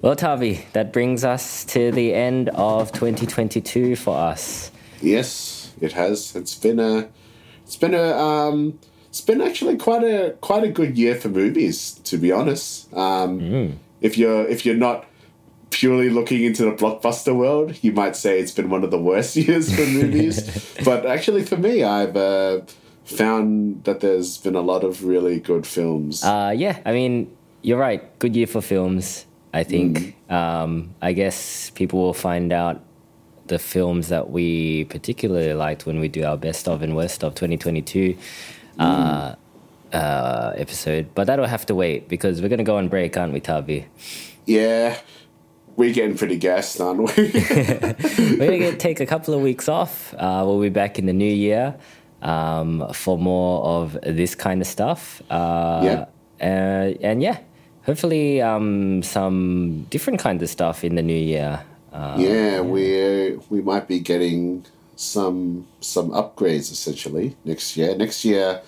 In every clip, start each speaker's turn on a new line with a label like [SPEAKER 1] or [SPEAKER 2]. [SPEAKER 1] Well, Tavi, that brings us to the end of 2022 for us.
[SPEAKER 2] Yes, it has. It's been a, it's been a, um, it's been actually quite a quite a good year for movies, to be honest. Um, If you're if you're not purely looking into the blockbuster world, you might say it's been one of the worst years for movies. But actually, for me, I've uh, found that there's been a lot of really good films.
[SPEAKER 1] Uh, yeah, I mean, you're right. Good year for films, I think. Um, I guess people will find out the films that we particularly liked when we do our best of and worst of 2022 uh, uh, episode. But that'll have to wait because we're going to go on break, aren't we, Tavi?
[SPEAKER 2] yeah, we're getting pretty gassed, aren't we?
[SPEAKER 1] We're going to take a couple of weeks off. Uh, we'll be back in the new year um, for more of this kind of stuff. Uh,
[SPEAKER 2] Yeah.
[SPEAKER 1] Uh, and yeah, hopefully um, some different kind of stuff in the new year. Uh,
[SPEAKER 2] yeah, we uh, we might be getting some some upgrades essentially next year. Next year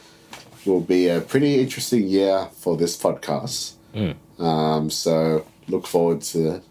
[SPEAKER 2] will be a pretty interesting year for this podcast.
[SPEAKER 1] Mm.
[SPEAKER 2] Um, so look forward to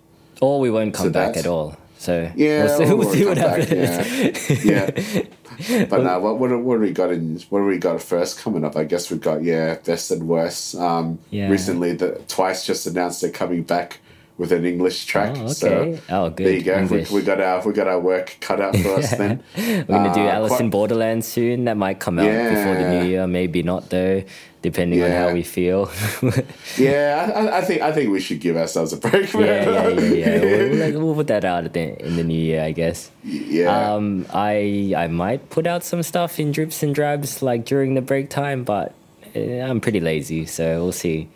[SPEAKER 1] or we won't come
[SPEAKER 2] So
[SPEAKER 1] back
[SPEAKER 2] that's-
[SPEAKER 1] at all. So
[SPEAKER 2] yeah.
[SPEAKER 1] we'll see,
[SPEAKER 2] we'll-
[SPEAKER 1] we'll
[SPEAKER 2] we'll
[SPEAKER 1] see what
[SPEAKER 2] come back,
[SPEAKER 1] happens.
[SPEAKER 2] Yeah. yeah. But now, what what do- what do we got in? What do we got first coming up? I guess we've got yeah, best and worst. Um,
[SPEAKER 1] Yeah.
[SPEAKER 2] recently, the twice just announced they're coming back with an English track.
[SPEAKER 1] Oh,
[SPEAKER 2] So
[SPEAKER 1] okay. oh, good.
[SPEAKER 2] there you go. We,
[SPEAKER 1] English.
[SPEAKER 2] we got our we got our work cut out for us then.
[SPEAKER 1] We're gonna do
[SPEAKER 2] Uh,
[SPEAKER 1] Alice
[SPEAKER 2] quite-
[SPEAKER 1] in Borderland soon. That might come out before the
[SPEAKER 2] Yeah.
[SPEAKER 1] new year, maybe not though, depending on
[SPEAKER 2] Yeah.
[SPEAKER 1] how we feel.
[SPEAKER 2] Yeah, I- I, I think I think we should give ourselves a break.
[SPEAKER 1] yeah, yeah, yeah, yeah. We'll,
[SPEAKER 2] yeah.
[SPEAKER 1] like, we'll put that out at the, in the new year, I guess.
[SPEAKER 2] Yeah.
[SPEAKER 1] Um, I I might put out some stuff in drips and drabs like during the break time, but eh, I'm pretty lazy, so we'll see.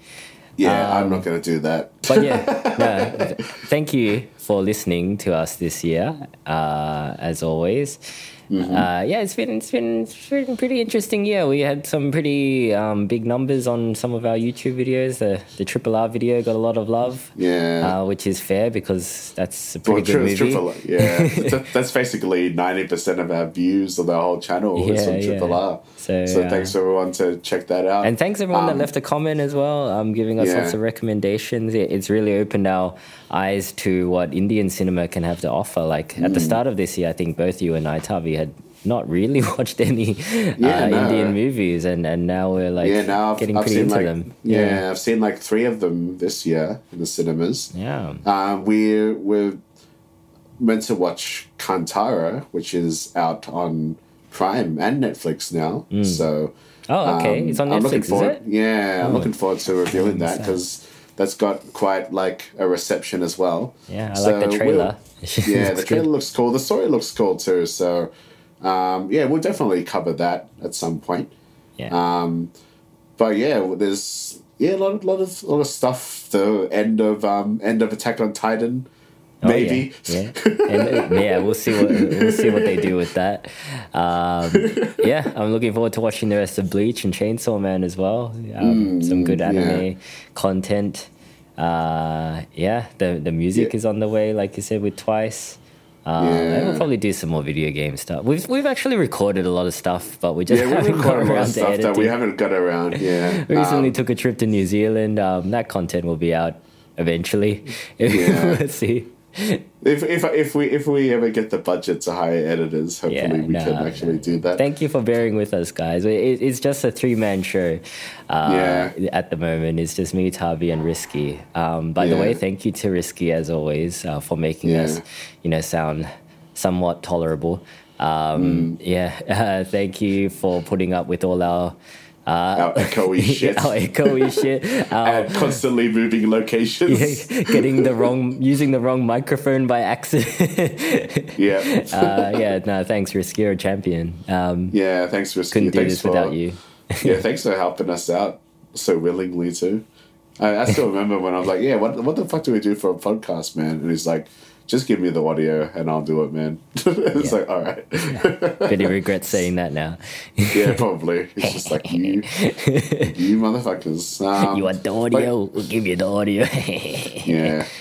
[SPEAKER 2] Yeah, I'm not gonna do that.
[SPEAKER 1] um, But yeah, no, th- thank you for listening to us this year, uh, as always. Uh, yeah, it's been it's been it's been a pretty interesting year. We had some pretty um, big numbers on some of our YouTube videos. The the Triple R video got a lot of love,
[SPEAKER 2] Yeah.
[SPEAKER 1] uh, which is fair because that's a
[SPEAKER 2] Well,
[SPEAKER 1] pretty
[SPEAKER 2] tri-
[SPEAKER 1] good movie.
[SPEAKER 2] triple, yeah, That- that's basically ninety percent of our views of our whole channel is
[SPEAKER 1] Yeah,
[SPEAKER 2] on
[SPEAKER 1] yeah.
[SPEAKER 2] Triple R.
[SPEAKER 1] So,
[SPEAKER 2] So,
[SPEAKER 1] uh,
[SPEAKER 2] thanks everyone to check that out.
[SPEAKER 1] And thanks everyone that
[SPEAKER 2] Um,
[SPEAKER 1] left a comment as well, um, giving us
[SPEAKER 2] yeah.
[SPEAKER 1] lots of recommendations. It, it's really opened our eyes to what Indian cinema can have to offer. Like at
[SPEAKER 2] Mm.
[SPEAKER 1] the start of this year, I think both you and I, Tavi, had not really watched any uh,
[SPEAKER 2] Yeah, no.
[SPEAKER 1] Indian movies, and, and now we're like
[SPEAKER 2] yeah, now I've,
[SPEAKER 1] getting
[SPEAKER 2] I've
[SPEAKER 1] pretty
[SPEAKER 2] seen
[SPEAKER 1] into
[SPEAKER 2] like
[SPEAKER 1] them.
[SPEAKER 2] yeah. I've seen like three of them this year in the cinemas.
[SPEAKER 1] yeah,
[SPEAKER 2] Um, we're we're meant to watch Kantara, which is out on Prime and Netflix now. So
[SPEAKER 1] Oh, Mm. okay.
[SPEAKER 2] um,
[SPEAKER 1] It's on
[SPEAKER 2] I'm
[SPEAKER 1] Netflix,
[SPEAKER 2] looking
[SPEAKER 1] is
[SPEAKER 2] forward,
[SPEAKER 1] it?
[SPEAKER 2] Yeah, I'm
[SPEAKER 1] Oh.
[SPEAKER 2] looking forward to reviewing that because that's got quite like a reception as well.
[SPEAKER 1] yeah. I
[SPEAKER 2] So
[SPEAKER 1] like the
[SPEAKER 2] we'll-
[SPEAKER 1] trailer.
[SPEAKER 2] yeah,
[SPEAKER 1] It's
[SPEAKER 2] the trailer
[SPEAKER 1] good.
[SPEAKER 2] looks cool. The story looks cool too. So um, yeah, we'll definitely cover that at some point
[SPEAKER 1] Yeah.
[SPEAKER 2] but yeah, well, there's yeah a lot of lot of lot of stuff. The end of um end of Attack on Titan,
[SPEAKER 1] Oh,
[SPEAKER 2] maybe.
[SPEAKER 1] Yeah, yeah. And, uh, yeah, we'll see what we'll see what they do with that. Um, yeah, I'm looking forward to watching the rest of Bleach and Chainsaw Man as well.
[SPEAKER 2] Mm,
[SPEAKER 1] Um, some good anime content. Uh, yeah, the the music
[SPEAKER 2] Yeah.
[SPEAKER 1] is on the way, like you said, with Twice. Um, And we'll
[SPEAKER 2] Yeah.
[SPEAKER 1] probably do some more video game stuff. We've we've actually recorded a lot of stuff, but we just
[SPEAKER 2] Yeah, we
[SPEAKER 1] haven't got
[SPEAKER 2] recorded a lot
[SPEAKER 1] around
[SPEAKER 2] of
[SPEAKER 1] to
[SPEAKER 2] stuff that we
[SPEAKER 1] editing.
[SPEAKER 2] haven't got around. Yeah,
[SPEAKER 1] We recently
[SPEAKER 2] Um,
[SPEAKER 1] took a trip to New Zealand. Um, that content will be out eventually.
[SPEAKER 2] Yeah.
[SPEAKER 1] Let's see.
[SPEAKER 2] if if if we if we ever get the budget to hire editors, hopefully
[SPEAKER 1] Yeah,
[SPEAKER 2] we can
[SPEAKER 1] no,
[SPEAKER 2] actually do that.
[SPEAKER 1] Thank you for bearing with us, guys. It, it- it's just a three man show uh,
[SPEAKER 2] Yeah.
[SPEAKER 1] at the moment. It's just me, Tavi, and Risky. Um, by the
[SPEAKER 2] Yeah.
[SPEAKER 1] way, thank you to Risky as always uh, for making
[SPEAKER 2] Yeah.
[SPEAKER 1] us, you know, sound somewhat tolerable. Um,
[SPEAKER 2] Mm.
[SPEAKER 1] Yeah, uh, thank you for putting up with all our uh,
[SPEAKER 2] Our echoey shit,
[SPEAKER 1] our echoey shit. Our
[SPEAKER 2] our constantly moving locations.
[SPEAKER 1] getting the wrong using the wrong microphone by accident
[SPEAKER 2] Yeah, yeah.
[SPEAKER 1] uh, yeah no thanks risky you're a champion um,
[SPEAKER 2] thanks, Risky.
[SPEAKER 1] couldn't do
[SPEAKER 2] thanks
[SPEAKER 1] this
[SPEAKER 2] for-
[SPEAKER 1] without you
[SPEAKER 2] yeah, thanks for helping us out so willingly too. I, I still remember when I was like, "Yeah, what what the fuck do we do for a podcast, man?" And he's like, "Just give me the audio and I'll do it, man." it's like, all right,
[SPEAKER 1] but he regrets saying that now.
[SPEAKER 2] yeah, probably. It's just like you, you motherfuckers. Um,
[SPEAKER 1] You want the audio? We'll give you the audio.
[SPEAKER 2] yeah.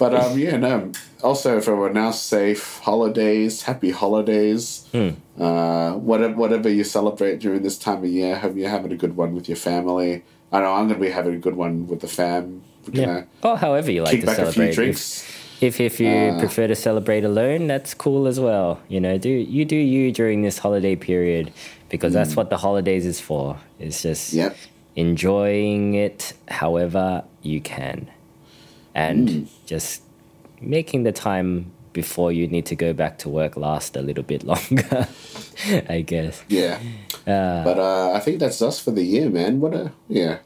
[SPEAKER 2] But um, yeah, no. Also, if we're now safe, holidays, happy holidays.
[SPEAKER 1] Hmm.
[SPEAKER 2] Uh, whatever, whatever you celebrate during this time of year, hope you're having a good one with your family. I know I'm going to be having a good one with the fam We're
[SPEAKER 1] Yeah.
[SPEAKER 2] gonna
[SPEAKER 1] or Oh, however you like
[SPEAKER 2] kick
[SPEAKER 1] to
[SPEAKER 2] back a
[SPEAKER 1] celebrate.
[SPEAKER 2] few
[SPEAKER 1] If-
[SPEAKER 2] drinks.
[SPEAKER 1] If, if you prefer to celebrate alone, that's cool as well. You know, do you do you during this holiday period because that's what the holidays is for. It's just
[SPEAKER 2] Yep.
[SPEAKER 1] enjoying it however you can. And
[SPEAKER 2] Hmm.
[SPEAKER 1] just making the time before you need to go back to work last a little bit longer, I guess.
[SPEAKER 2] Yeah. but uh, I think that's us for the year, man. What a yeah,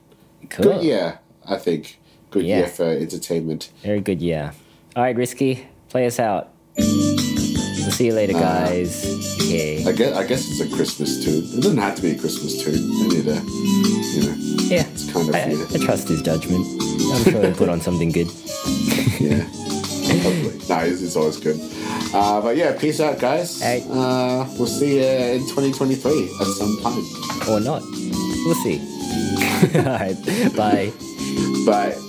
[SPEAKER 1] Cool.
[SPEAKER 2] good year. I think good
[SPEAKER 1] Oh. Yeah.
[SPEAKER 2] year for entertainment.
[SPEAKER 1] Very good, yeah. All right, Risky, play us out. We'll see you later, guys. Yay.
[SPEAKER 2] I guess I guess it's a Christmas tune. It doesn't have to be a Christmas tune. I need a you know
[SPEAKER 1] Yeah,
[SPEAKER 2] it's kind of
[SPEAKER 1] I,
[SPEAKER 2] yeah.
[SPEAKER 1] I trust his judgment. I'm sure he'll put on something good.
[SPEAKER 2] yeah. Hopefully. No, it's, it's always good. Uh, but yeah, peace out, guys.
[SPEAKER 1] Hey.
[SPEAKER 2] Uh, we'll see you in 2023 at some time.
[SPEAKER 1] Or not. We'll see. All right, bye.
[SPEAKER 2] Bye.